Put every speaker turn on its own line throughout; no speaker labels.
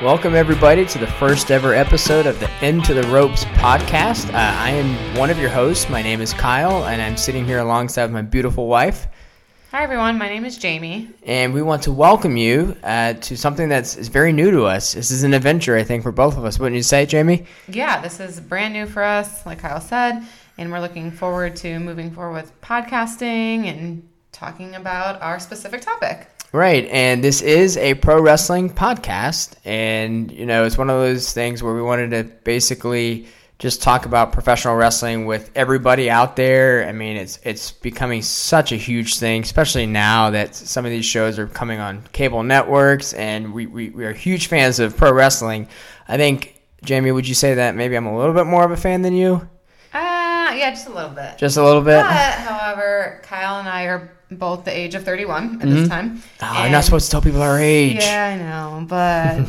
Welcome, everybody, to the first ever episode of the End to the Ropes podcast. Uh, I am one of your hosts. My name is Kyle, and I'm sitting here alongside my beautiful wife.
Hi, everyone. My name is Jamie.
And we want to welcome you uh, to something that's is very new to us. This is an adventure, I think, for both of us. Wouldn't you say, Jamie?
Yeah, this is brand new for us, like Kyle said, and we're looking forward to moving forward with podcasting and talking about our specific topic.
Right, and this is a pro wrestling podcast, and you know it's one of those things where we wanted to basically just talk about professional wrestling with everybody out there. I mean, it's it's becoming such a huge thing, especially now that some of these shows are coming on cable networks, and we we, we are huge fans of pro wrestling. I think Jamie, would you say that maybe I'm a little bit more of a fan than you?
Uh, yeah, just a little bit.
Just a little bit.
But, however, Kyle and I are both the age of 31 at this time.
Oh, you're not supposed to tell people our age.
Yeah, I know, but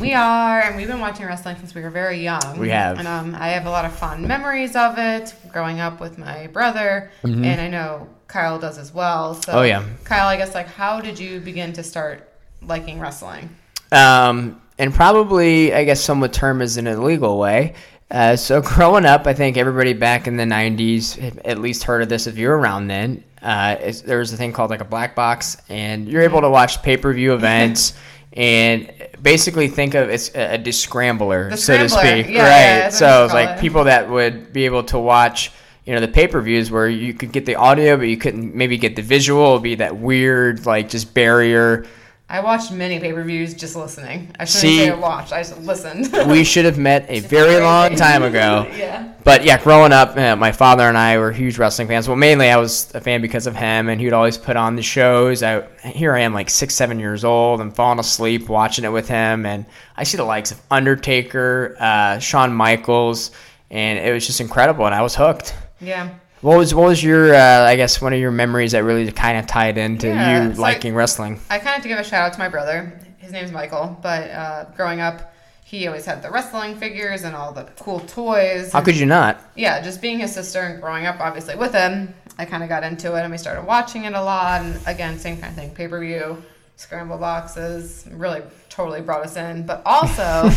we are, and we've been watching wrestling since we were very young.
We have.
and um, I have a lot of fond memories of it growing up with my brother, and I know Kyle does as well. So,
Mm-hmm. Oh, yeah.
Kyle, I guess like, how did you begin to start liking wrestling?
um, and probably I guess some would term as an illegal way. Uh, so growing up, I think everybody back in the '90s had at least heard of this if you're around then. Uh, is, there was a thing called like a black box, and you're able to watch pay-per-view events. And basically, think of it's a, a descrambler,
The
so to
scrambler.
speak.
Yeah,
right.
yeah, that's what
so
you
it's
call
like
it.
people that would be able to watch, you know, the pay per views where you could get the audio, but you couldn't maybe get the visual. It'd be that weird, like just barrier.
I watched many pay per views just listening. I shouldn't
See-
say I watched, I just listened.
we should have met a very
crazy.
long time ago.
Yeah.
But yeah, growing up, uh, my father and I were huge wrestling fans. Well, mainly I was a fan because of him, and he'd always put on the shows. I here I am, like six, seven years old, and falling asleep watching it with him, and I see the likes of Undertaker, uh, Shawn Michaels, and it was just incredible, and I was hooked.
yeah.
What was what was your uh, I guess one of your memories that really kind of tied into
Yeah,
you
it's like-
liking wrestling?
I kind of have to give a shout out to my brother. His name's Michael, but uh, growing up, he always had the wrestling figures and all the cool toys.
How could you not?
yeah, just being his sister and growing up, obviously, with him, I kind of got into it and we started watching it a lot. And again, same kind of thing pay per view, scramble boxes really totally brought us in. But also,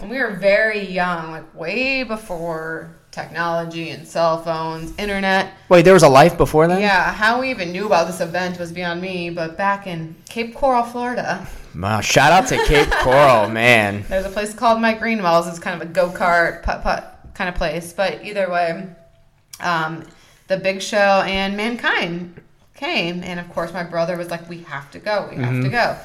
when we were very young, like way before technology and cell phones, internet,
Wait, there was a life before that.
yeah, how we even knew about this event was beyond me. But back in Cape Coral, Florida,
Wow, shout out to Cape Coral, man.
There's a place called My Green Wells. It's kind of a go kart, putt putt kind of place. But either way, um, The Big Show and Mankind came. And of course, my brother was like, we have to go. We have
Mm-hmm.
to go.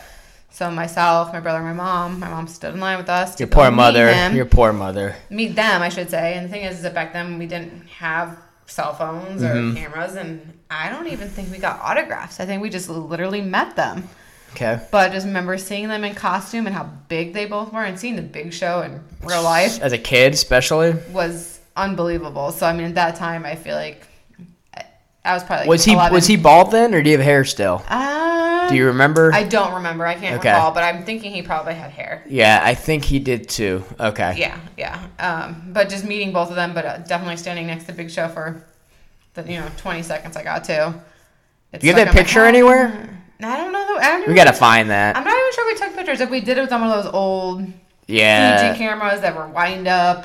So myself, my brother, my mom, my mom stood in line with us. to
Your
go
poor
meet
mother.
them.
Your poor mother.
meet them, I should say. And the thing is, is that back then we didn't have cell phones or
Mm-hmm.
cameras. And I don't even think we got autographs. I think we just literally met them.
Okay.
But I just remember seeing them in costume and how big they both were, and seeing the Big Show in real life
As a kid, especially.
was unbelievable. So I mean, at that time, I feel like I, I was probably like,
Was he
11.
was he bald then, or do you have hair still?
Um,
Do you remember?
I don't remember. I can't
Okay.
recall, but I'm thinking he probably had hair.
yeah, I think he did too. Okay.
Yeah, yeah. Um, but just meeting both of them, but uh, definitely standing next to Big Show for the you know 20 seconds I got to. It's
Do you have that
stuck in my
picture
head.
anywhere?
I don't know. Though. I don't
We
even-
gotta find that.
I'm not even sure if we took pictures. If we did, it was on one of those old
Yeah.
CG cameras that were wind up.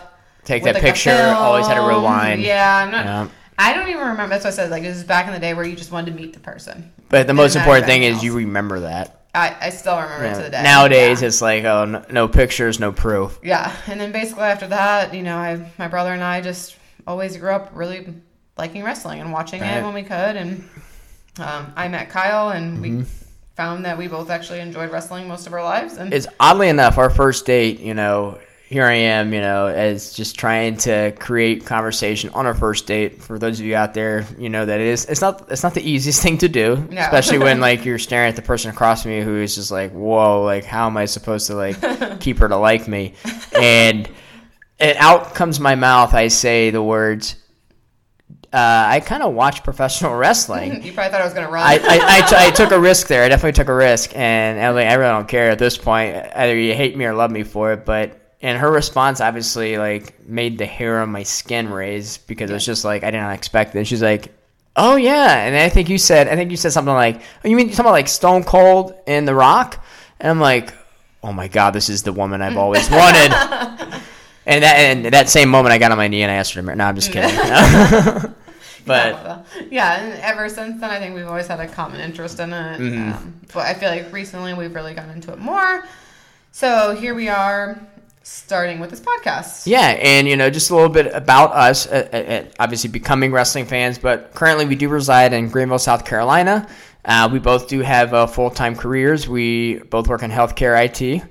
Uh, Take
with,
that
like, a
picture. Always had to
film.
rewind.
Yeah, I'm not.
Yeah.
I don't even remember. That's what I said. Like it was back in the day where you just wanted to meet the person.
But the most
matter
important
about
thing
anything
is you remember that.
I, I still remember it to the day.
Nowadays,
yeah.
it's like oh, no, no pictures, no proof.
yeah. And then basically after that, you know, I my brother and I just always grew up really liking wrestling and watching
Right.
it when we could. And um, I met Kyle, and
Mm-hmm.
we found that we both actually enjoyed wrestling most of our lives. And
it's oddly enough our first date you know here i am you know as just trying to create conversation on our first date for those of you out there you know that it is it's not it's not the easiest thing to do
No.
especially when like you're staring at the person across from you who is just like whoa like how am i supposed to like keep her to like me and and out comes my mouth i say the words uh, i kind of watch professional wrestling
you probably thought I was gonna run.
I, I, I, t- I took a risk there. I definitely took a risk, and I, was like, I really don't care at this point. Either you hate me or love me for it. But and her response obviously like made the hair on my skin raise because it was just like I did not expect this. She's like, "Oh yeah," and I think you said I think you said something like, "Oh, you mean something like Stone Cold and The Rock?" And I'm like, oh my god, this is the woman I've always wanted. And that and that same moment, I got on my knee and I asked her to marry. No, I'm just kidding. but
Well, yeah, and ever since then, I think we've always had a common interest in it.
Mm-hmm.
Um, but I feel like recently we've really gotten into it more. So here we are, starting with this podcast.
yeah, and you know, just a little bit about us. Uh, uh, uh, obviously, becoming wrestling fans, but currently we do reside in Greenville, South Carolina. Uh, we both do have uh, full time careers. We both work in healthcare IT,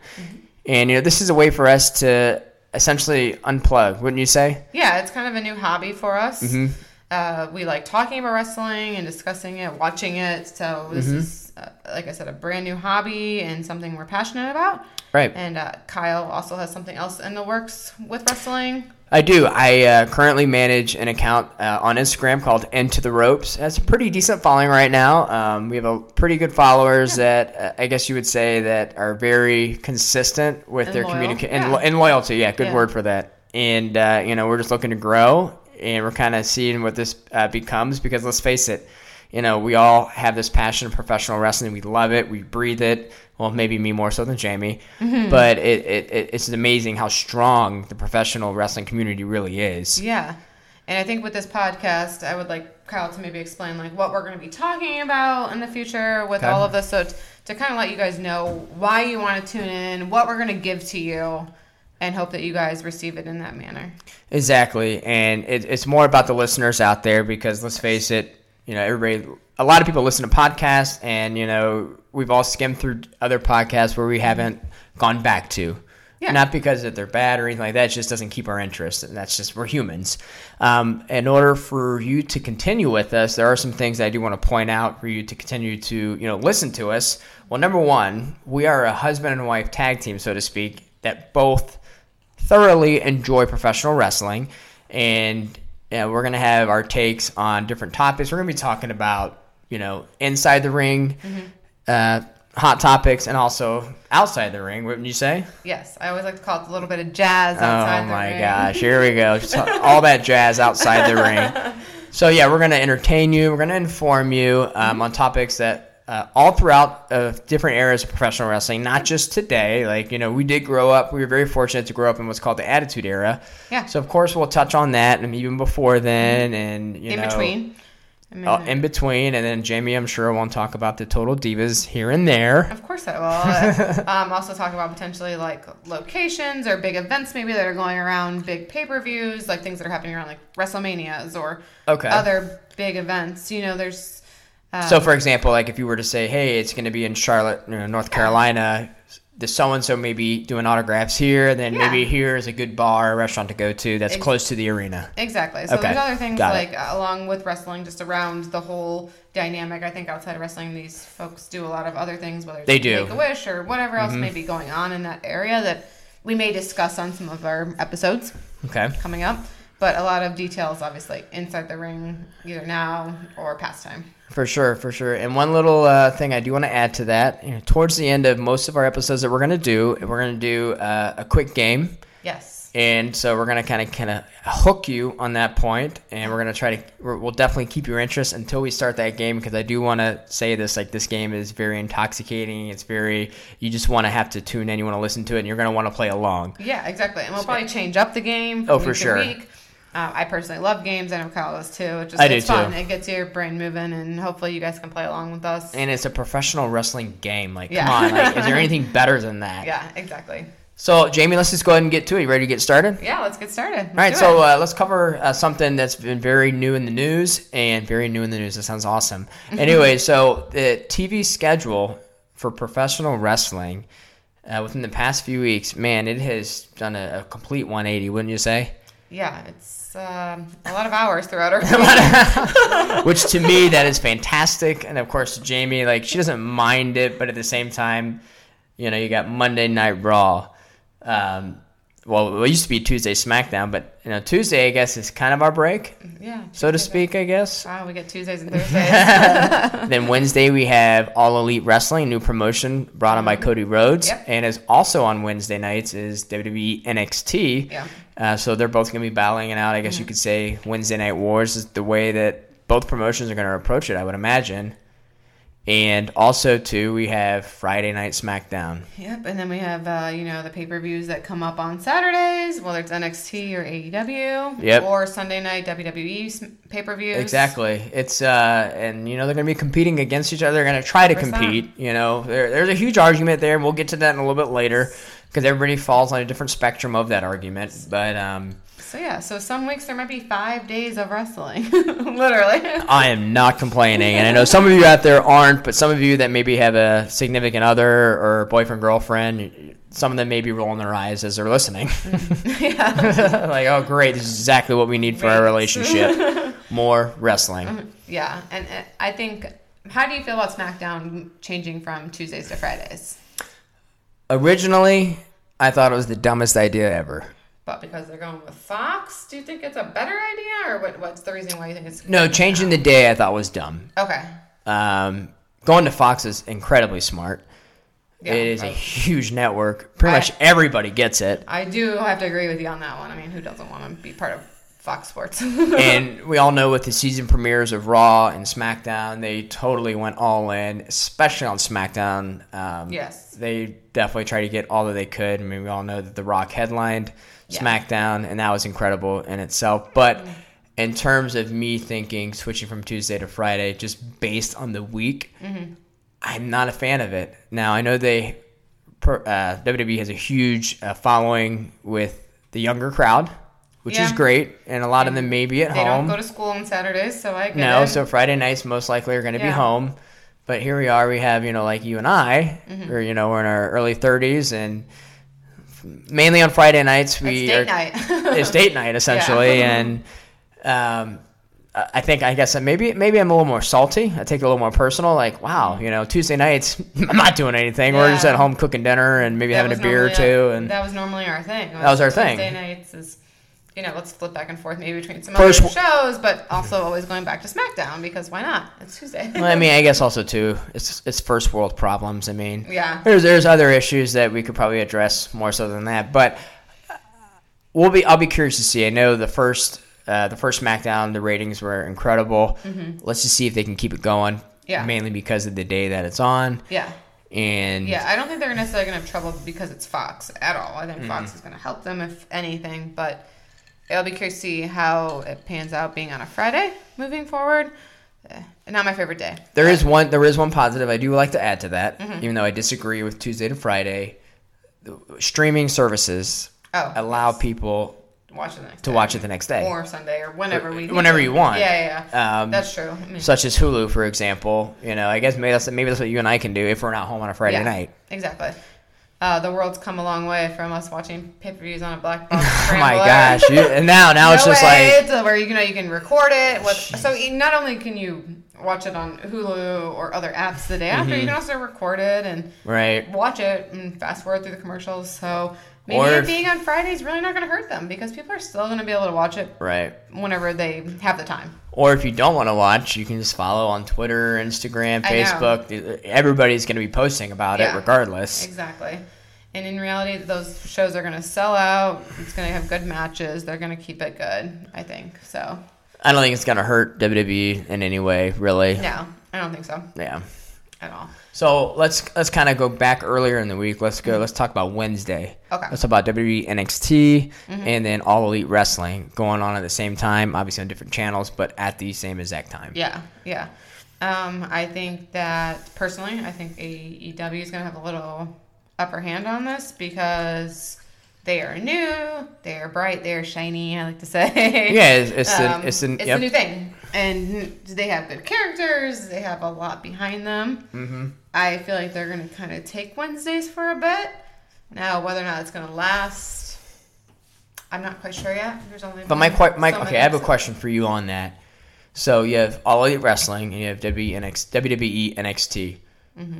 and you know, this is a way for us to essentially unplug, wouldn't you say?
Yeah, it's kind of a new hobby for us.
Mm-hmm.
Uh, we like talking about wrestling and discussing it, watching it. So this
Mm-hmm.
is, uh, like I said, a brand new hobby and something we're passionate about.
Right.
And uh, Kyle also has something else in the works with wrestling.
I do. I uh, currently manage an account uh, on Instagram called Into the Ropes. That's a pretty decent following right now. Um, we have a pretty good followers that uh, I guess you would say that are very consistent with
And
their
loyal.
communication
Yeah.
and, lo- and loyalty. Yeah, good
Yeah.
word for that. And uh, you know, we're just looking to grow, and we're kind of seeing what this uh, becomes because let's face it, you know, we all have this passion for professional wrestling. We love it. We breathe it. Well, maybe me more so than Jamie, but it, it, it it's amazing how strong the professional wrestling community really is.
Yeah. And I think with this podcast, I would like Kyle to maybe explain like what we're going to be talking about in the future with
Okay.
all of this. So t- to kind of let you guys know why you want to tune in, what we're going to give to you, and hope that you guys receive it in that manner.
Exactly, and it, it's more about the listeners out there because let's face it, you know, everybody, a lot of people listen to podcasts, and you know, we've all skimmed through other podcasts where we haven't gone back to.
Yeah.
Not because that they're bad or anything like that. It just doesn't keep our interest, and that's just we're humans. Um, in order for you to continue with us, there are some things that I do want to point out for you to continue to you know listen to us. Well, number one, we are a husband and wife tag team, so to speak, that both thoroughly enjoy professional wrestling and you know, we're going to have our takes on different topics we're going to be talking about you know inside the ring uh, hot topics and also outside the ring wouldn't you say
Yes, I always like to call it a little bit of jazz outside
oh
the
my
ring.
gosh here we go Just all that jazz outside the ring so yeah we're going to entertain you we're going to inform you um, on topics that uh, all throughout uh, different eras of professional wrestling not just today like you know we did grow up we were very fortunate to grow up in what's called the attitude era
Yeah. Mm-hmm.
so of course we'll touch on that and even before then and you
in
know
between. Mm-hmm. I mean,
uh, in between and then Jamie I'm sure won't talk about the total divas here and there.
Of course I will. um, also talk about potentially like locations or big events maybe that are going around, big pay-per-views, like things that are happening around like WrestleManias or
Okay.
other big events. You know, there's um,
so for example, like if you were to say, "Hey, it's going to be in Charlotte, you know, North Carolina, the so and so may be doing autographs here, then
Yeah.
maybe here is a good bar or restaurant to go to that's
Ex-
close to the arena."
exactly. So
Okay.
there's other things
Got it.
like uh, along with wrestling, just around the whole dynamic. I think outside of wrestling, these folks do a lot of other things, whether it's
They do. Mm-hmm.
Make a Wish or whatever else may be going on in that area that we may discuss on some of our episodes.
Okay.
coming up. But a lot of details, obviously, inside the ring, either now or past time.
For sure, for sure. And one little uh, thing I do want to add to that, you know, towards the end of most of our episodes that we're going to do, we're going to do uh, a quick game.
Yes.
and so we're gonna kind of kind of hook you on that point, and we're gonna try to we're, we'll definitely keep your interest until we start that game because I do want to say this like this game is very intoxicating. It's very you just want to have to tune in, you want to listen to it, and you're gonna want to play along.
Yeah, exactly. And we'll probably change up the game.
Oh,
from
for
week to
sure.
Week. Uh, I personally love games. I know Kyle does too. It just,
I do
it's fun.
too.
It gets your brain moving, and hopefully, you guys can play along with us.
And it's a professional wrestling game. Like,
Yeah.
come on, like, is there anything better than that?
yeah, exactly.
So, Jamie, let's just go ahead and get to it. You ready to get started?
Yeah, let's get started.
All right, so uh, let's cover uh, something that's been very new in the news and very new in the news. That sounds awesome. Anyway, so the TV schedule for professional wrestling uh, within the past few weeks, man, it has done a, a complete 180, wouldn't you say?
yeah, it's um, a lot of hours throughout our
Which to me, that is fantastic. And of course, Jamie, like, she doesn't mind it, but at the same time, you know, you got Monday Night Raw. Um, well, it used to be Tuesday SmackDown, but you know, Tuesday, I guess, is kind of our break,
yeah.
so to
Tuesdays are-
speak. I guess.
Wow, we get Tuesdays and Thursdays.
then Wednesday we have All Elite Wrestling, new promotion brought on by Cody Rhodes,
Mm-hmm. Yep.
and is also on Wednesday nights is E WWE NXT.
Yeah. Mm-hmm.
Uh, so they're both going to be battling it out. I guess you could say Wednesday Night Wars is the way that both promotions are going to approach it. I would imagine. And also, too, we have Friday Night SmackDown.
Yep, and then we have uh, you know the pay per views that come up on Saturdays, whether it's NXT or AEW,
Yep.
or Sunday night E WWE pay per views.
Exactly. It's uh, and you know they're going to be competing against each other. They're going to try to
100%.
compete. You know, there, there's a huge argument there, and we'll get to that in a little bit later because everybody falls on a different spectrum of that argument. But um,
So yeah, so some weeks there might be five days of wrestling, literally.
I am not complaining, and I know some of you out there aren't, but some of you that maybe have a significant other or boyfriend girlfriend, some of them may be rolling their eyes as they're listening.
yeah.
like, oh, great, this is exactly what we need for our
Right.
relationship. More wrestling.
Yeah, and uh, I think how do you feel about SmackDown changing from Tuesdays to Fridays?
Originally, I thought it was the dumbest idea ever.
But because they're going with Fox, do you think it's a better idea, or what, what's the reason why you think it's
No, changing the day I thought was dumb.
okay?
Um, going to Fox is incredibly smart.
Yeah,
it is a
but
huge network. Pretty
I-
much everybody gets it.
I do have to agree with you on that one. I mean, who doesn't want to be part of Fox Sports?
and we all know with the season premieres of Raw and SmackDown, they totally went all in, especially on SmackDown. Um,
Yes.
They definitely tried to get all that they could. I mean, we all know that The Rock headlined
Yeah. Mm-hmm.
SmackDown, and that was incredible in itself. But in terms of me thinking switching from Tuesday to Friday, just based on the week,
Mm-hmm.
I'm not a fan of it. Now I know they per, uh, WWE has a huge uh, following with the younger crowd, which is
Yeah.
great, and a lot of them may be at
they
home.
don't go to school on Saturdays, so I get
no,
it.
so Friday nights most likely are going to be
Yeah.
home. But here we are. We have you know like you and I,
Mm-hmm.
or you know we're in our early 30s, and mainly on Friday nights we
it's
are
date night.
it's date night essentially,
Yeah.
and um, I I think I guess that maybe maybe I'm a little more salty. I take it a little more personal. Like, wow, you know, Tuesday nights I'm not doing anything. We're just
Mm-hmm. Yeah.
at home cooking dinner and maybe
That
having a
was
beer or
normally
two,
our-
and
that was normally our thing. That
was our thing.
Tuesday nights is, you know, let's flip back and forth maybe between some
First
other shows, but also always going back to SmackDown because why not? It's Tuesday.
Well, I mean, I guess also too, it's it's first world problems. I mean,
Yeah.
there's there's other issues that we could probably address more so than that. But uh, we'll be I'll be curious to see. I know the first uh, the first SmackDown, the ratings were incredible. Let's just see if they can keep it going.
Mm-hmm. Yeah.
mainly because of the day that it's on,
yeah.
and
Yeah, I don't think they're necessarily going to have trouble because it's Fox at all. I think Fox is going to help them if anything, but I'll be curious to see how it pans out being on a Friday moving forward. Eh, Not my favorite day.
There is one. There is one positive I do like to add to that,
Mm-hmm.
even though I disagree with Tuesday to Friday. Streaming services
Oh,
allow people
Watch it the next
to
day.
watch it the next day,
or Sunday or whenever we
whenever you want.
Yeah, yeah, yeah.
Um,
That's true. I mean,
such as Hulu, for example. You know, I guess maybe that's maybe that's what you and I can do if we're not home on a Friday
yeah,
night.
Exactly. Uh, the world's come a long way from us watching pay per views on a black box.
Oh my
scrambler.
gosh! You, and now now
No
it's just
way
like Oh,
to where you know you can record it. With, so you- not only can you watch it on Hulu or other apps the day after, you can also record it and
Mm-hmm. right.
watch it and fast forward through the commercials. So maybe
Or
it
if-
being on Friday is really not going to hurt them because people are still going to be able to watch it
Right.
whenever they have the time.
Or if you don't want to watch, you can just follow on Twitter, Instagram,
I know.
Facebook. Everybody's going to be posting about
Yeah.
it regardless.
Exactly. And in reality, those shows are going to sell out. It's going to have good matches. They're going to keep it good, I think. So,
I don't think it's going to hurt WWE in any way, really.
no, I don't think so
yeah.
at all.
So let's let's kind of go back earlier in the week. Let's go. Let's talk about Wednesday.
Okay. Mm-hmm.
Let's talk about E WWE NXT and then All Elite Wrestling going on at the same time, obviously on different channels, but at the same exact time.
Yeah, yeah. Um, I think that personally, I think AEW is going to have a little upper hand on this because they are new, they are bright, they are shiny. I like to say.
Yeah, it's, it's the-
Um,
it's the-
it's
yep.
a new thing, and they have good characters. They have a lot behind them. Mm-hmm. I feel like they're going to kind of take Wednesdays for a bit. Now, whether or not it's going to last, I'm not quite sure yet. There's only
But my que- my
so many
okay, I have a
episodes.
question for you on that. So you have All Elite Wrestling and you have E WWE NXT. WWE NXT.
Mm-hmm.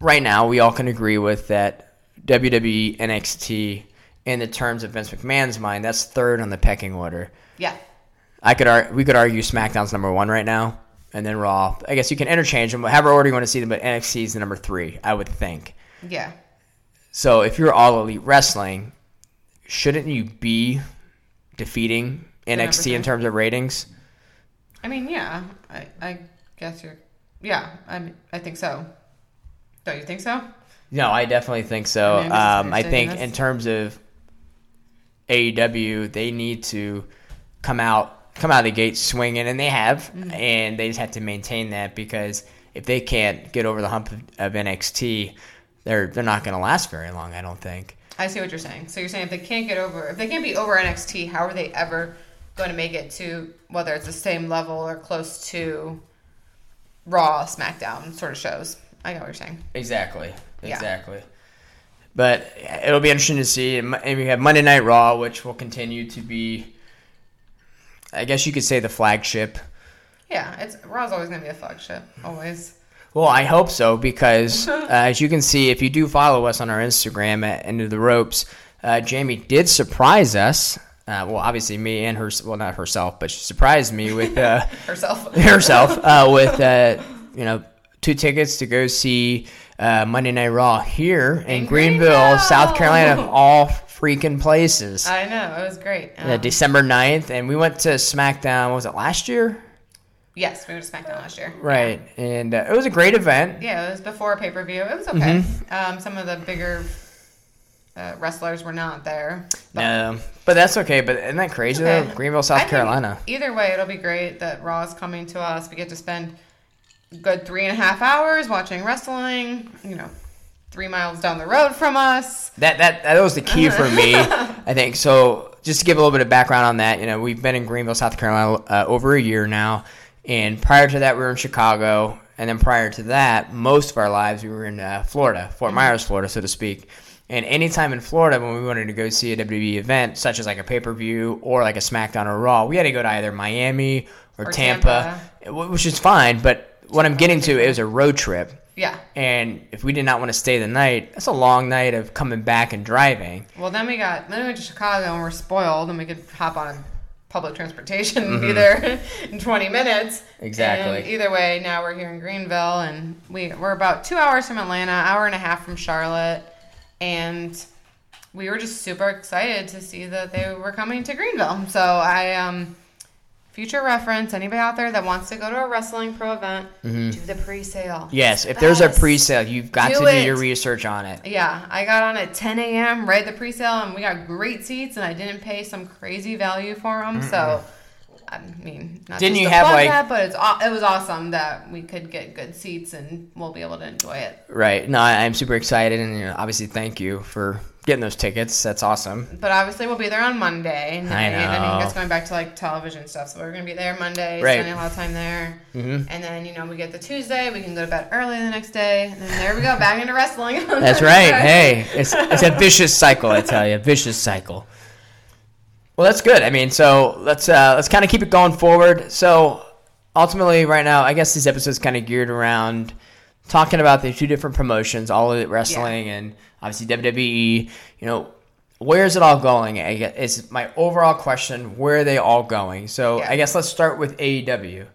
Right now, we all can agree with that E WWE NXT. In the terms of Vince McMahon's mind, that's third on the pecking order.
Yeah,
I could ar- we could argue SmackDown's number one right now, and then Raw. I guess you can interchange them, however order you want to see them. But NXT is the number three, I would think.
yeah.
So if you're all elite wrestling, shouldn't you be defeating
number
NXT in
three.
terms of ratings?
I mean, yeah, I, I guess you're Yeah, I mean, I think so. Don't you think so?
No, I definitely think so.
I mean, I'm just
um, I think
understanding
in
this.
terms of AEW, they need to come out come out of the gate swinging, and they have,
Mm-hmm.
and they just have to maintain that because if they can't get over the hump of, of NXT, they're they're not going to last very long. I don't think.
I see what you're saying. So you're saying if they can't get over, if they can't be over NXT, how are they ever going to make it to whether it's the same level or close to Raw, SmackDown sort of shows? I know what you're saying.
Exactly.
Yeah.
Exactly. But it'll be interesting to see. And we have Monday Night Raw, which will continue to be, I guess you could say, the flagship.
Yeah, it's Raw's always going to be a flagship, always.
Well, I hope so because, uh, as you can see, if you do follow us on our Instagram at End of the Ropes, uh, Jamie did surprise us. Uh, well, obviously, me and her, well, not herself, but she surprised me with uh,
Herself.
herself uh, with, uh, you know, two tickets to go see uh, Monday Night Raw here in,
In
Greenville,
Greenville! Uh,
South Carolina, of all freaking places.
I know it was great. Um,
Uh, December 9th, and we went to SmackDown, what was it, last year?
yes, we went to SmackDown last year.
Right. And uh, it was a great event.
Yeah, it was before pay per view. It was okay.
Mm-hmm.
Um, some of the bigger uh, wrestlers were not there. but
No, but that's okay. But isn't that crazy
Okay.
though? Greenville,
I
South
think
Carolina.
Either way, it'll be great that Raw is coming to us. We get to spend a good three and a half hours watching wrestling. You know, three miles down the road from us.
That that that was the key for me. I think so. Just to give a little bit of background on that, you know, we've been in Greenville, South Carolina, uh, over a year now, and prior to that, we were in Chicago, and then prior to that, most of our lives we were in uh, Florida, Fort Myers, Florida, so to speak. And anytime in Florida, when we wanted to go see a WWE event, such as like a pay per view or like a SmackDown or Raw, we had to go to either Miami or,
Or
Tampa, which is fine. But what I'm getting to is a road trip.
Yeah.
And if we did not want to stay the night, that's a long night of coming back and driving.
Well, then we got then we went to Chicago and we're spoiled, and we could hop on a public transportation and be there in 20 minutes.
Mm-hmm. Exactly.
And either way, now we're here in Greenville, and we we're about two hours from Atlanta, hour and a half from Charlotte, and we were just super excited to see that they were coming to Greenville. So I um. Future reference: Anybody out there that wants to go to a wrestling pro event, do the pre-sale.
Mm-hmm. Yes,
It's
if there's a
best.
pre-sale, you've got
Do
to do
it.
your research on it.
Yeah, I got on at 10 a.m. right at the presale, and we got great seats, and I didn't pay some crazy value for them. So, I mean, not
Didn't
just
you
to
have,
plug
like-
that, but it's aw- it was awesome that we could get good seats and we'll be able to enjoy it.
Right. No, I- I'm super excited, and you know, obviously, thank you for getting those tickets. That's awesome.
But obviously, we'll be there on Monday. night. I
know.
mean, that's going back to like television stuff. So we're going to be there Monday,
Right. Mm-hmm.
spending a lot of time there, and then you know we get the Tuesday, we can go to bed early the next day, and then there we go, back into wrestling.
That's right. Hey, it's it's a vicious cycle, I tell you, a vicious cycle. Well, that's good. I mean, so let's uh, let's kind of keep it going forward. So ultimately, right now, I guess this episode's kind of geared around talking about the two different promotions, all of it wrestling and obviously WWE. You know, where is it all going? I guess is my overall question. Where are they all going? So
Yeah.
I guess let's start with AEW.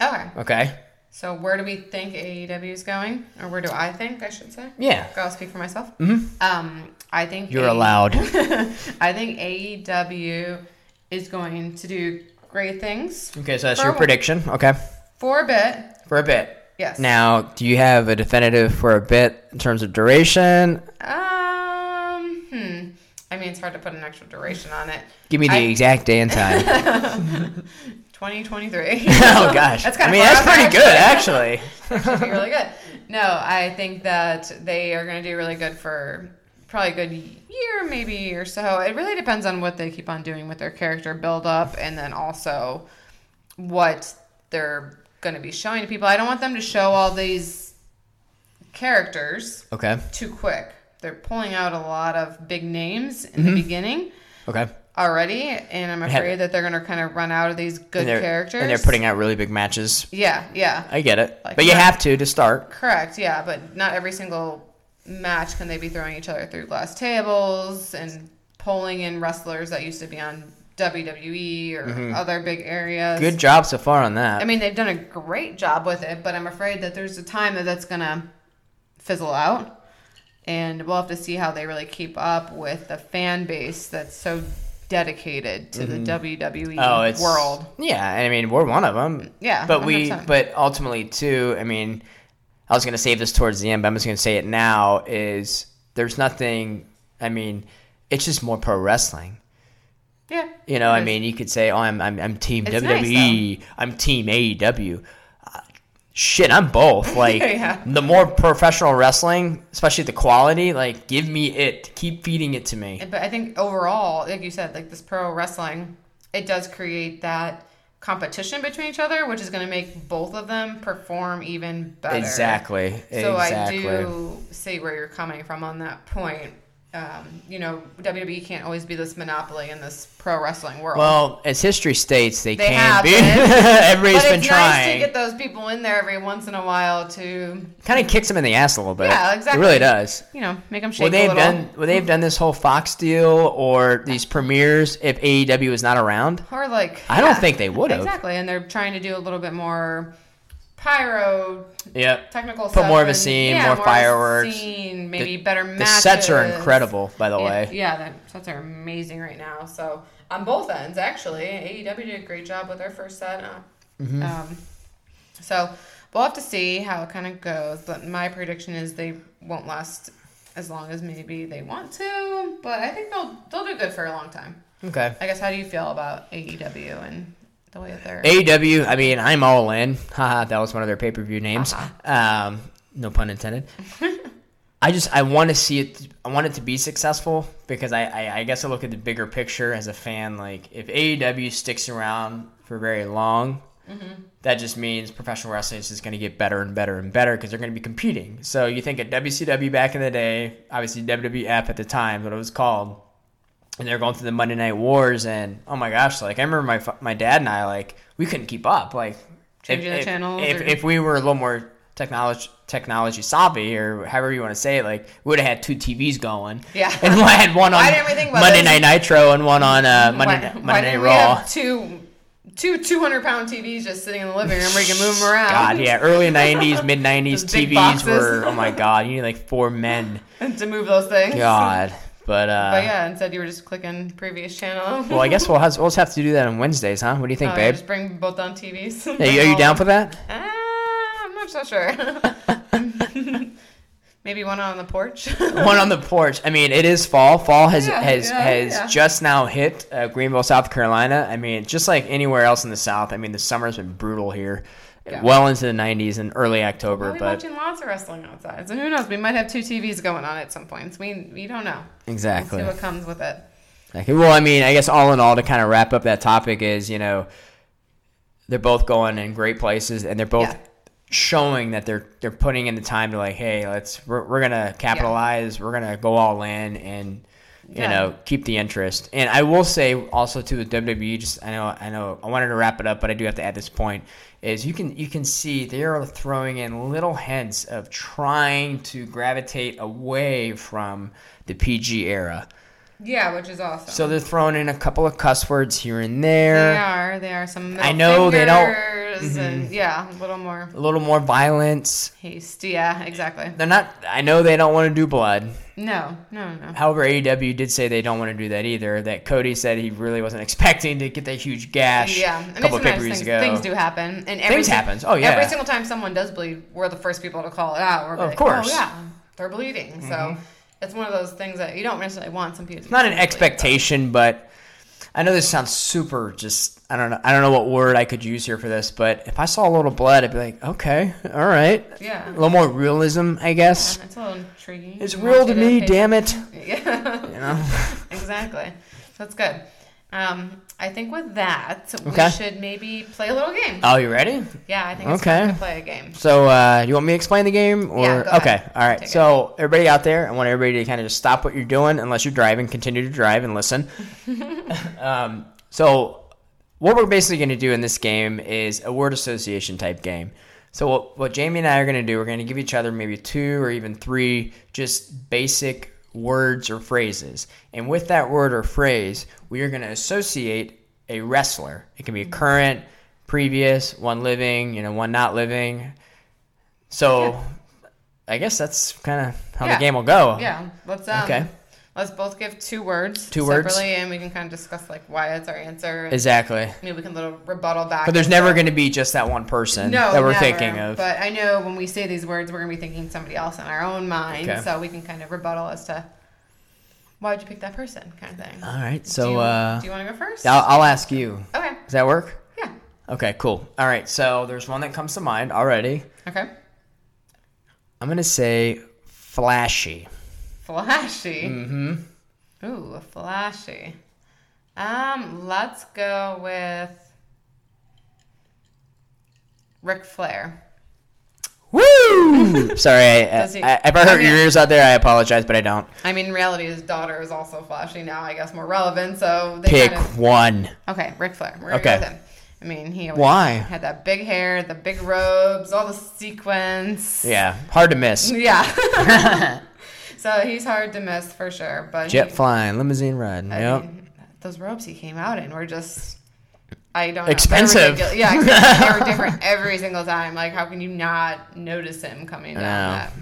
Okay.
Okay.
So where do we think AEW is going, or where do I think I should say?
Yeah.
I'll speak for myself. Mm-hmm. Um, I think
You're
AE
allowed.
I think AEW is going to do great things
Okay, so that's
For
your
a-
prediction. Okay,
for a bit.
for a bit.
Yes.
Now, do you have a definitive for a bit in terms of duration?
Um. Hmm. I mean, it's hard to put an actual duration on it.
Give me the
I-
exact day and time.
2023.
oh gosh,
That's kinda
I mean
far
that's
out there,
pretty good actually.
should be really good. No, I think that they are going to do really good for probably a good year, maybe or so. It really depends on what they keep on doing with their character build up, and then also what they're going to be showing to people. I don't want them to show all these characters
Okay,
too quick. They're pulling out a lot of big names in the beginning
okay.
already, and I'm
Mm-hmm. have-
afraid that they're going to kind of run out of these good
And they're,
characters.
and they're putting out really big matches.
yeah, yeah.
I get it,
Like
but you
that.
have to to start.
Correct, yeah, but not every single match can they be throwing each other through glass tables and pulling in wrestlers that used to be on WWE or other big areas.
Good job so far on that.
I mean, they've done a great job with it, but I'm afraid that there's a time that that's going to fizzle out. And we'll have to see how they really keep up with the fan base that's so dedicated to the WWE
oh, it's
world.
Yeah, I mean we're one of them.
Yeah,
but we,
100%.
but ultimately too. I mean, I was going to save this towards the end, but I'm just going to say it now. Is there's nothing. I mean, it's just more pro wrestling.
Yeah.
You know,
It
I
is.
mean, you could say, "Oh, I'm I'm, I'm Team
It's nice,
WWE. I'm Team AEW." Uh, Shit, I'm both. Like
Yeah.
the more professional wrestling, especially the quality, like give me it. Keep feeding it to me.
But I think overall, like you said, like this pro wrestling, it does create that competition between each other, which is going to make both of them perform even better.
Exactly.
So
exactly.
I do see where you're coming from on that point. Um, you know, WWE can't always be this monopoly in this pro wrestling world.
Well, as history states, they,
They
can
have
be.
been. but
Everybody's
it's
been
nice to
trying.
get those people in there every once in a while to,
Kind of kicks them in the ass a little bit.
Yeah, exactly.
It really does.
you know, make them shake
Would
a
they have
little.
done? Would they have done this whole Fox deal or these premieres if AEW was not around?
Or like,
I don't
yeah,
think they would have.
exactly. And they're trying to do a little bit more pyro
Yep.
technical
Put
stuff
more of a
and-
scene,
yeah,
more
of a
fireworks.
scene, maybe
The-
better
The
matches.
sets are incredible, by the
Yeah,
way.
yeah, the sets are amazing right now. So on both ends, actually, AEW did a great job with their first set. Uh,
Mm-hmm.
Um, so we'll have to see how it kind of goes. But my prediction is they won't last as long as maybe they want to. But I think they'll they'll do good for a long time.
Okay.
I guess. How do you feel about AEW and the way that they're?
AEW, E I mean, I'm all in. Haha, that was one of their pay per view names.
Uh-huh.
Um, no pun intended. I just I want to see it. I want it to be successful because I, I I guess I look at the bigger picture as a fan. Like if AEW sticks around for very long, that just means professional wrestling is just going to get better and better and better because they're going to be competing. So you think at WCW back in the day, obviously WWF at the time, what it was called, and they're going through the Monday Night Wars, and oh my gosh, like I remember my fa- my dad and I like we couldn't keep up, like
Changing the
if,
channels
If,
or-
if we were a little more technology technology savvy or however you want to say it, like we would have had two TVs going,
Yeah.
and I had one on
Why didn't we think about
Monday
this?
Night Nitro and one on uh, Monday
why,
Monday
why
Night
didn't we
Raw.
have two two 200 pound TVs just sitting in the living room where you can move them around?
God, yeah, early '90s, mid '90s
Those big
TVs
boxes.
were oh my god, you need like four men.
to move those things.
God, but uh,
But yeah, instead you were just clicking previous channel.
well, I guess we'll have, we'll just have to do that on Wednesdays, huh? What do you think,
Oh, yeah,
babe?
Just bring both on TVs.
Are you, are you down for that?
Uh, I'm not so sure. Maybe one on the porch.
one on the porch. I mean, it is fall. Fall has
Yeah,
has
yeah,
has
yeah.
just now hit uh, Greenville, South Carolina. I mean, just like anywhere else in the South. I mean, the summer's been brutal here,
Yeah.
well into the 90s and early October.
We'll be
but
watching lots of wrestling outside, so who knows? We might have two TVs going on at some points. We we don't know. We'll
exactly.
see what comes with it.
Okay, well, I mean, I guess all in all, to kind of wrap up that topic is, you know, they're both going in great places, and they're both
Yeah.
showing that they're they're putting in the time to like, hey, let's we're, we're gonna capitalize, we're gonna go all in, and you
Yeah.
know, keep the interest. And I will say also too with WWE, just I know I know I wanted to wrap it up, but I do have to add this point is you can you can see they are throwing in little hints of trying to gravitate away from the PG era.
Yeah, which is awesome.
So they're throwing in a couple of cuss words here and there.
they are. They are some. Middle
I know they don't- Mm-hmm.
fingers And, yeah, a little more
A little more violence.
haste. Yeah, exactly.
They're not. I know they don't want to do blood.
No, no, no.
However, AEW did say they don't want to do that either. That Cody said he really wasn't expecting to get that huge gash.
Yeah,
a
and
couple of
it's nice
pay-per-views
things,
ago.
things do happen, and every
Things
sin-
happens. Oh, yeah.
every single time someone does bleed, we're the first people to call it out. We're
Of
like,
course. Mm-hmm.
oh yeah, they're bleeding. So it's one of those things that you don't necessarily want some people.
It's not an expectation, but I know this sounds super. Just I don't know. I don't know what word I could use here for this, but if I saw a little blood, I'd be like, okay, all right.
Yeah.
A little more realism, I guess.
It's a little intriguing.
It's
You
real
want
to
get
me,
a-
damn it.
Yeah,
You know?
exactly. So it's good. Um, I think with that,
Okay.
we should maybe play a little game.
Oh, you ready?
yeah, I think it's
okay.
time to play a game.
So, uh, you want me to explain the game, or
Yeah, go ahead.
okay, all right.
Take it.
so, everybody out there, I want everybody to kind of just stop what you're doing, unless you're driving. Continue to drive and listen. um, so, what we're basically going to do in this game is a word association type game. So, what, what Jamie and I are going to do, we're going to give each other maybe two or even three just basic words or phrases, and with that word or phrase, we are going to associate a wrestler. It can be current, previous, one living, you know, one not living. So I guess that's kind of how
Yeah.
the game will go.
Yeah, let's um,
Okay.
Let's both give two words
Two
separately,
words.
and we can kind of discuss like why it's our answer. And
Exactly.
maybe we can little rebuttal back.
But there's
and
never
stuff.
going to be just that one person
no
that we're
never,
thinking of.
But I know when we say these words, we're gonna be thinking somebody else in our own mind,
Okay.
so we can kind of rebuttal as to why'd you pick that person, kind of thing.
All right.
do
So
you,
uh,
do you want to go 1st
I'll, I'll ask you.
okay.
Does that work?
Yeah.
Okay, cool. All right. So there's one that comes to mind already.
Okay.
I'm going to say flashy.
Flashy. Mm-hmm. Ooh, flashy. Um, let's go with Ric Flair.
Woo! Sorry, I,
Does
I,
he-
I, if I hurt your
Okay.
ears out there, I apologize, but I don't.
I mean, in reality, his daughter is also flashy now. I guess more relevant. So they
Pick
kind of
one.
okay, Ric Flair. We're gonna
Okay.
go with him. I mean, he always
Why?
had that big hair, the big robes, all the sequins.
Yeah, hard to miss.
Yeah. so he's hard to miss for sure. But he-
Jet flying, limousine riding.
I
Yep.
mean, those robes he came out in were just I don't know.
Expensive.
They were ridiculous. yeah, expensive. they were different every single time. Like how can you not notice him coming down
know.
that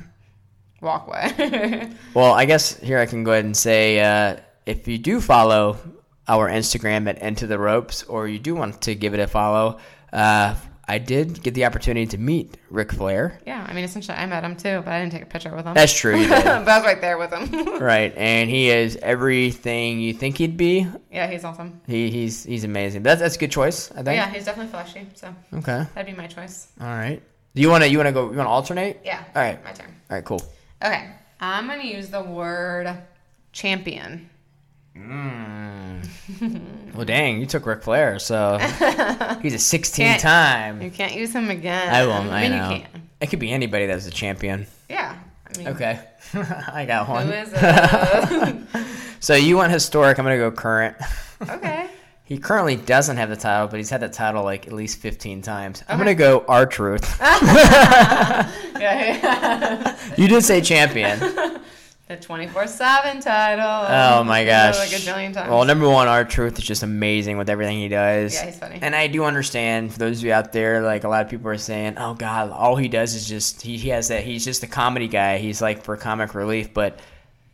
walkway?
Well, I guess here I can go ahead and say uh, if you do follow our Instagram at Into the Ropes, or you do want to give it a follow, uh, I did get the opportunity to meet Ric Flair.
yeah, I mean essentially I met him too, but I didn't take a picture with him.
That's true, you
but
did.
I was right there with him.
right, and he is everything you think he'd be.
yeah, he's awesome.
He, he's he's amazing. That's that's a good choice, I think.
Yeah, he's definitely flashy. So
Okay.
that'd be my choice.
All right. Do you want to you want to go? You want to alternate?
Yeah.
All right.
My turn.
All right. Cool.
Okay. I'm gonna use the word champion. Hmm.
Well, dang, you took Ric Flair, so he's a 16
Can't-
time.
You can't use him again.
I won't.
I
I
mean
know.
you can.
It could be anybody that's a champion.
Yeah. I mean
Okay, I got
who
one.
is it?
So you want historic? I'm gonna go current.
Okay.
He currently doesn't have the title, but he's had the title like at least 15 times. I'm gonna go R Truth.
Okay.
you did say champion.
the 24 7 title.
Oh my gosh.
Like a zillion times.
Well, number one, our truth is just amazing with everything he does.
Yeah, he's funny.
And I do understand for those of you out there, like a lot of people are saying, "Oh God, all he does is just he, he has that he's just a comedy guy. He's like for comic relief." But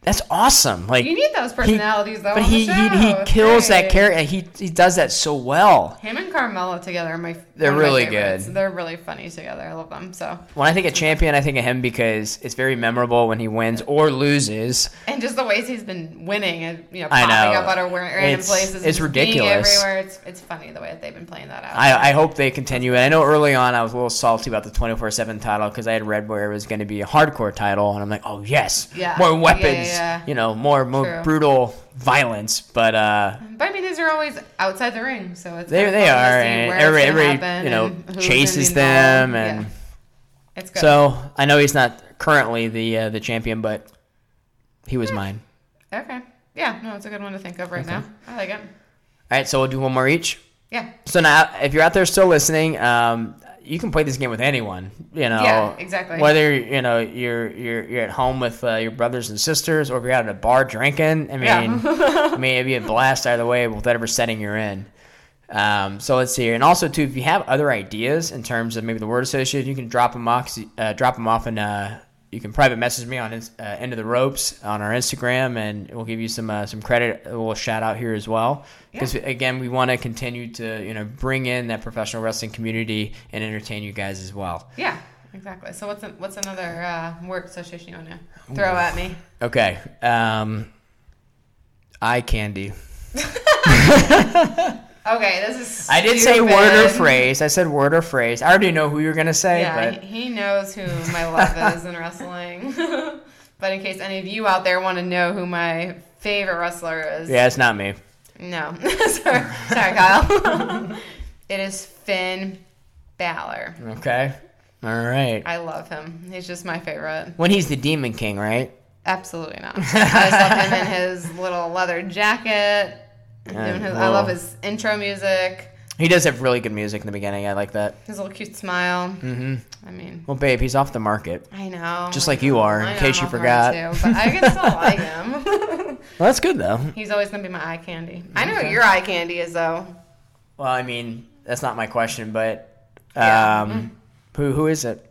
that's awesome. Like
you need those personalities, though.
but
on
he,
the
he
show.
he
It's
kills that
great.
character. He he does that so well.
Him and Carmelo together are my.
They're
one of my
really
favorites.
good.
They're really funny together. I love them so.
When I think of champion, I think of him because it's very memorable when he wins or loses.
And just the ways he's been winning, and you know,
I
popping
know.
up out of random
It's-
places, and
it's
just being
ridiculous.
everywhere, it's it's funny the way that they've been playing that out.
I, I hope they continue it. I know early on I was a little salty about the 24 7 title because I had read where it was going to be a hardcore title, and I'm like, oh, yes,
Yeah.
more
Yeah,
weapons,
yeah, yeah.
you know, more, more
True.
brutal violence. But uh,
but I mean, these are always outside the ring, so it's
they,
kinda
they
fun to
are,
see
and
where it's
every,
gonna
every
happen
you know,
and who's gonna
chases
be
them.
involved.
And
Yeah. it's good.
so I know he's not currently the uh, the champion, but he was mine.
Okay. Yeah, no, it's a good one to think of right now. I like it.
All right, so we'll do one more each.
Yeah.
So now, if you're out there still listening, um, you can play this game with anyone. You know,
Yeah, exactly.
Whether you know you're you're you're at home with uh, your brothers and sisters, or if you're out at a bar drinking. I mean,
Yeah.
I mean, it'd be a blast either way with whatever setting you're in. Um, so let's see here, and also too, if you have other ideas in terms of maybe the word association, you can drop them off. Uh, drop them off, and uh, you can private message me on Ins- uh, End of the Ropes on our Instagram, and we'll give you some uh, some credit. A little shout out here as well, because again, we want to continue to you know bring in that professional wrestling community and entertain you guys as well.
Yeah. Exactly. So what's what's another uh, word association you want to throw at me?
Okay, um, eye candy.
Okay, this is.
I did say word or
stupid.
phrase. I said word or phrase. I already know who you're gonna say,
Yeah,
but
he he knows who my love is in wrestling. but in case any of you out there want to know who my favorite wrestler is,
yeah, it's not me.
no, sorry, sorry, Kyle. it is Finn Balor.
Okay. All right.
I love him. He's just my favorite.
When he's the Demon King, right?
Absolutely not. I just love him in his little leather jacket. doing his, I
well.
love his intro music,
He does have really good music in the beginning. I like that.
his little cute smile. Mm-hmm. I mean,
Well, babe, he's off the market.
I know.
Just like you are,
I
in
know,
case
I'm
you
off
forgot.
guard Too, but I can still like him.
Well, that's good though.
He's always going to be my eye candy. I know what your eye candy is, though.
Well, I mean,
Mm-hmm.
that's not my question, but um,
Yeah.
who who is it?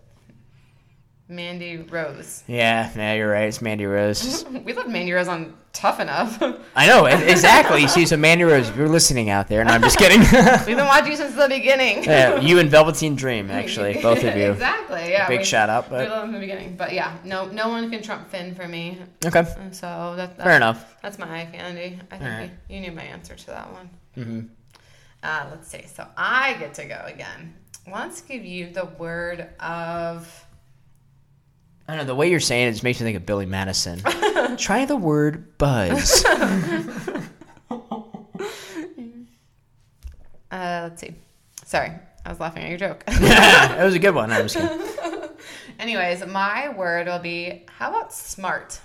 Mandy Rose.
Yeah, yeah, you're right. It's Mandy Rose.
We love Mandy Rose on Tough Enough.
I know e- exactly. She's a Mandy Rose. If you're listening out there, and no, I'm just kidding.
We've been watching since the beginning.
yeah, you and Velveteen Dream, actually, both of you.
exactly. Yeah.
Big
we,
shout out,
we
but
love him from the beginning, but yeah, no, no one can trump Finn for me.
okay,
And so that, that,
fair enough.
That's my Andy. I think
Alright.
you, you knew my answer to that one.
hmm
Uh, let's see. So I get to go again. Let's give you the word of.
I don't know. The way you're saying it just makes me think of Billy Madison. Try the word buzz.
Uh, let's see. Sorry, I was laughing at your joke.
that was a good one. I'm just kidding.
Anyways, my word will be how about smart?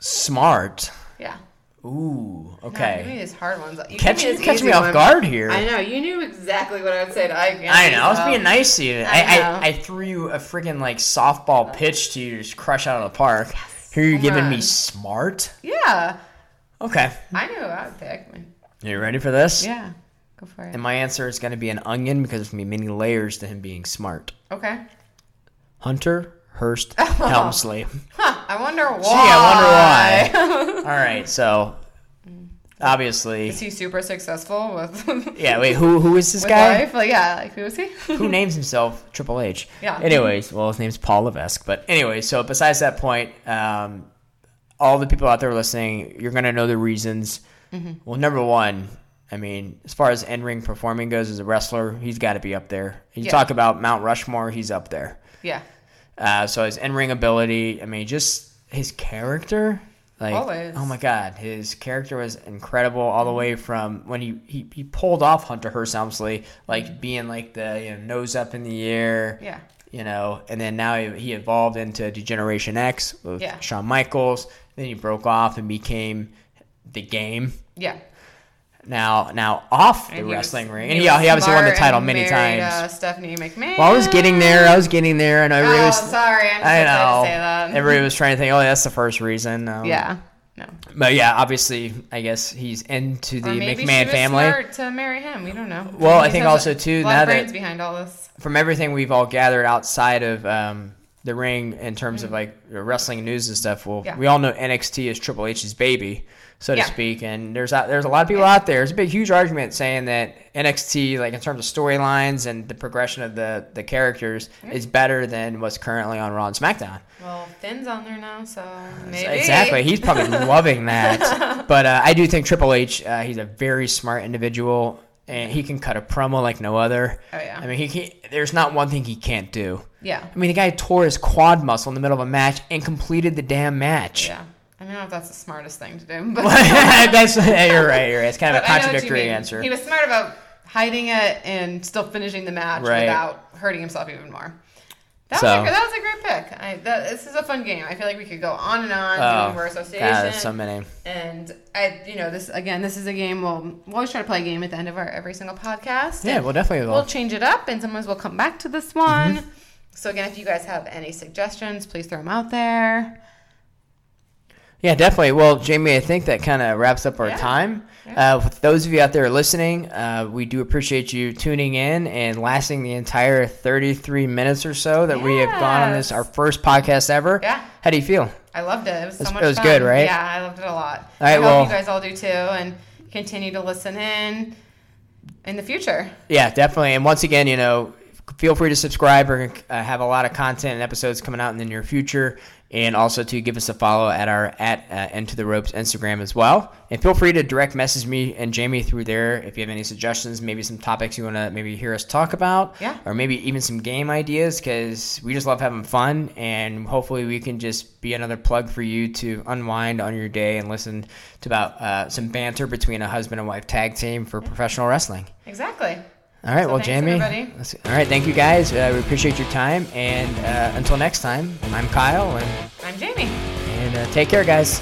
Smart.
Yeah.
Ooh.
No,
Okay.
give me these hard ones. You give
catch
me
you
this
catch
easy
me off
one.
guard here.
I
I,
know you knew exactly what I would say to Ike.
know. I was being nice to you. I
I
I,
know.
I, threw you a freaking like softball pitch to you to just crush out of the park. Here you're
Home
giving me
run.
smart.
Yeah,
Okay.
I knew who I would pick.
You ready for this?
Yeah, go for it.
And my answer is going to be an onion because there's going to be many layers to him being smart.
Okay.
Hunter Hurst Helmsley.
Huh, I wonder why.
I All right. So obviously,
Is he super successful with, with
yeah. Wait, who who is this guy?
life? Like, yeah, like who is he?
who names himself Triple H.
Yeah.
Anyways, well, his name's Paul Levesque. But anyway, so besides that point, um, all the people out there listening, you're gonna know the reasons.
Mm-hmm.
Well, number one, I mean, as far as end ring performing goes as a wrestler, he's got to be up there. You
Yeah.
talk about Mount Rushmore, he's up there.
yeah,
Uh, so his in-ring ability, I mean, just his character. Like,
Always.
oh my God, his character was incredible all the way from when he, he, he pulled off Hunter Hearst Helmsley, like being like the you know, nose up in the air,
Mm-hmm. yeah,
you know, and then now he, he evolved into Degeneration X with
Yeah.
Shawn Michaels. Then he broke off and became the game.
yeah.
Now, now off the
And he was-
wrestling ring,
he
and he,
was
he obviously won the
smart
title
and
many
married,
times.
Uh, Stephanie McMahon.
Well, I was getting there. uh, I was getting there, and I
Oh,
really was.
sorry, I'm so
I
excited
know.
to say that.
Everybody was trying to think, oh, that's the first reason. Um,
yeah, no.
But yeah, obviously, I guess he's into the
Or maybe she
McMahon
was
family.
smart to marry him. We don't know.
Well, I
He
think
has
also,
a
too,
lot
now
of
that-
brains behind all this.
From everything we've all gathered outside of um, the ring in terms of like wrestling news and stuff, well,
Mm-hmm. Yeah.
we all know NXT is Triple H's baby, so to
Yeah.
speak. And there's a, there's a lot of people out there. There's a big, huge argument saying that NXT, like in terms of storylines and the progression of the, the characters, is better than what's currently on Raw and SmackDown.
Well, Finn's on there now, so maybe
Exactly. He's probably loving that. But uh, I do think Triple H, uh, he's a very smart individual, and he can cut a promo like no other.
Oh, yeah.
I mean, he can there's not one thing he can't do.
Yeah,
I mean, the guy tore his quad muscle in the middle of a match and completed the damn match.
yeah. I don't know if that's the smartest thing to do, but
That's yeah, you're right. You're right. It's kind of a
But I know what you
contradictory
mean.
answer.
He was smart about hiding it and still finishing the match
Right.
without hurting himself even more. That,
So-
was, a, gr- that was a great pick. I, that, this is a fun game. I feel like we could go on and on
Oh,
doing word
God,
association.
that's so many.
and I, you know, this again, this is a game. We'll, we'll always try to play a game at the end of our every single podcast.
Yeah,
And
well, definitely. Mm-hmm.
we'll
Will.
change it up, and sometimes we'll come back to this one. So again, if you guys have any suggestions, please throw them out there.
Yeah, definitely. Well, Jamie, I think that kind of wraps up our
Yeah.
time. Uh, with those of you out there listening, uh, we do appreciate you tuning in and lasting the entire 33 minutes or so that we have gone on this,
Yes.
our first podcast ever.
Yeah.
How do you feel?
I loved it. It was so
was-
much
it was
fun.
good, right?
Yeah, I loved it a lot.
All right,
I
well-
hope you guys all do too, and continue to listen in in the future.
Yeah, definitely. And once again, you know, feel free to subscribe. We're gonna uh, have a lot of content and episodes coming out in the near future, and also to give us a follow at our at uh, Into the Ropes Instagram as well. And feel free to direct message me and Jamie through there if you have any suggestions, maybe some topics you want to maybe hear us talk about,
Yeah.
or maybe even some game ideas because we just love having fun, and hopefully we can just be another plug for you to unwind on your day and listen to about uh, some banter between a husband and wife tag team for professional wrestling.
Exactly.
All right,
So
well,
thanks,
Jamie.
everybody.
let's- All right, thank you guys. Uh, we appreciate your time. And uh, until next time, I'm Kyle, and,
I'm Jamie.
and uh, take care, guys.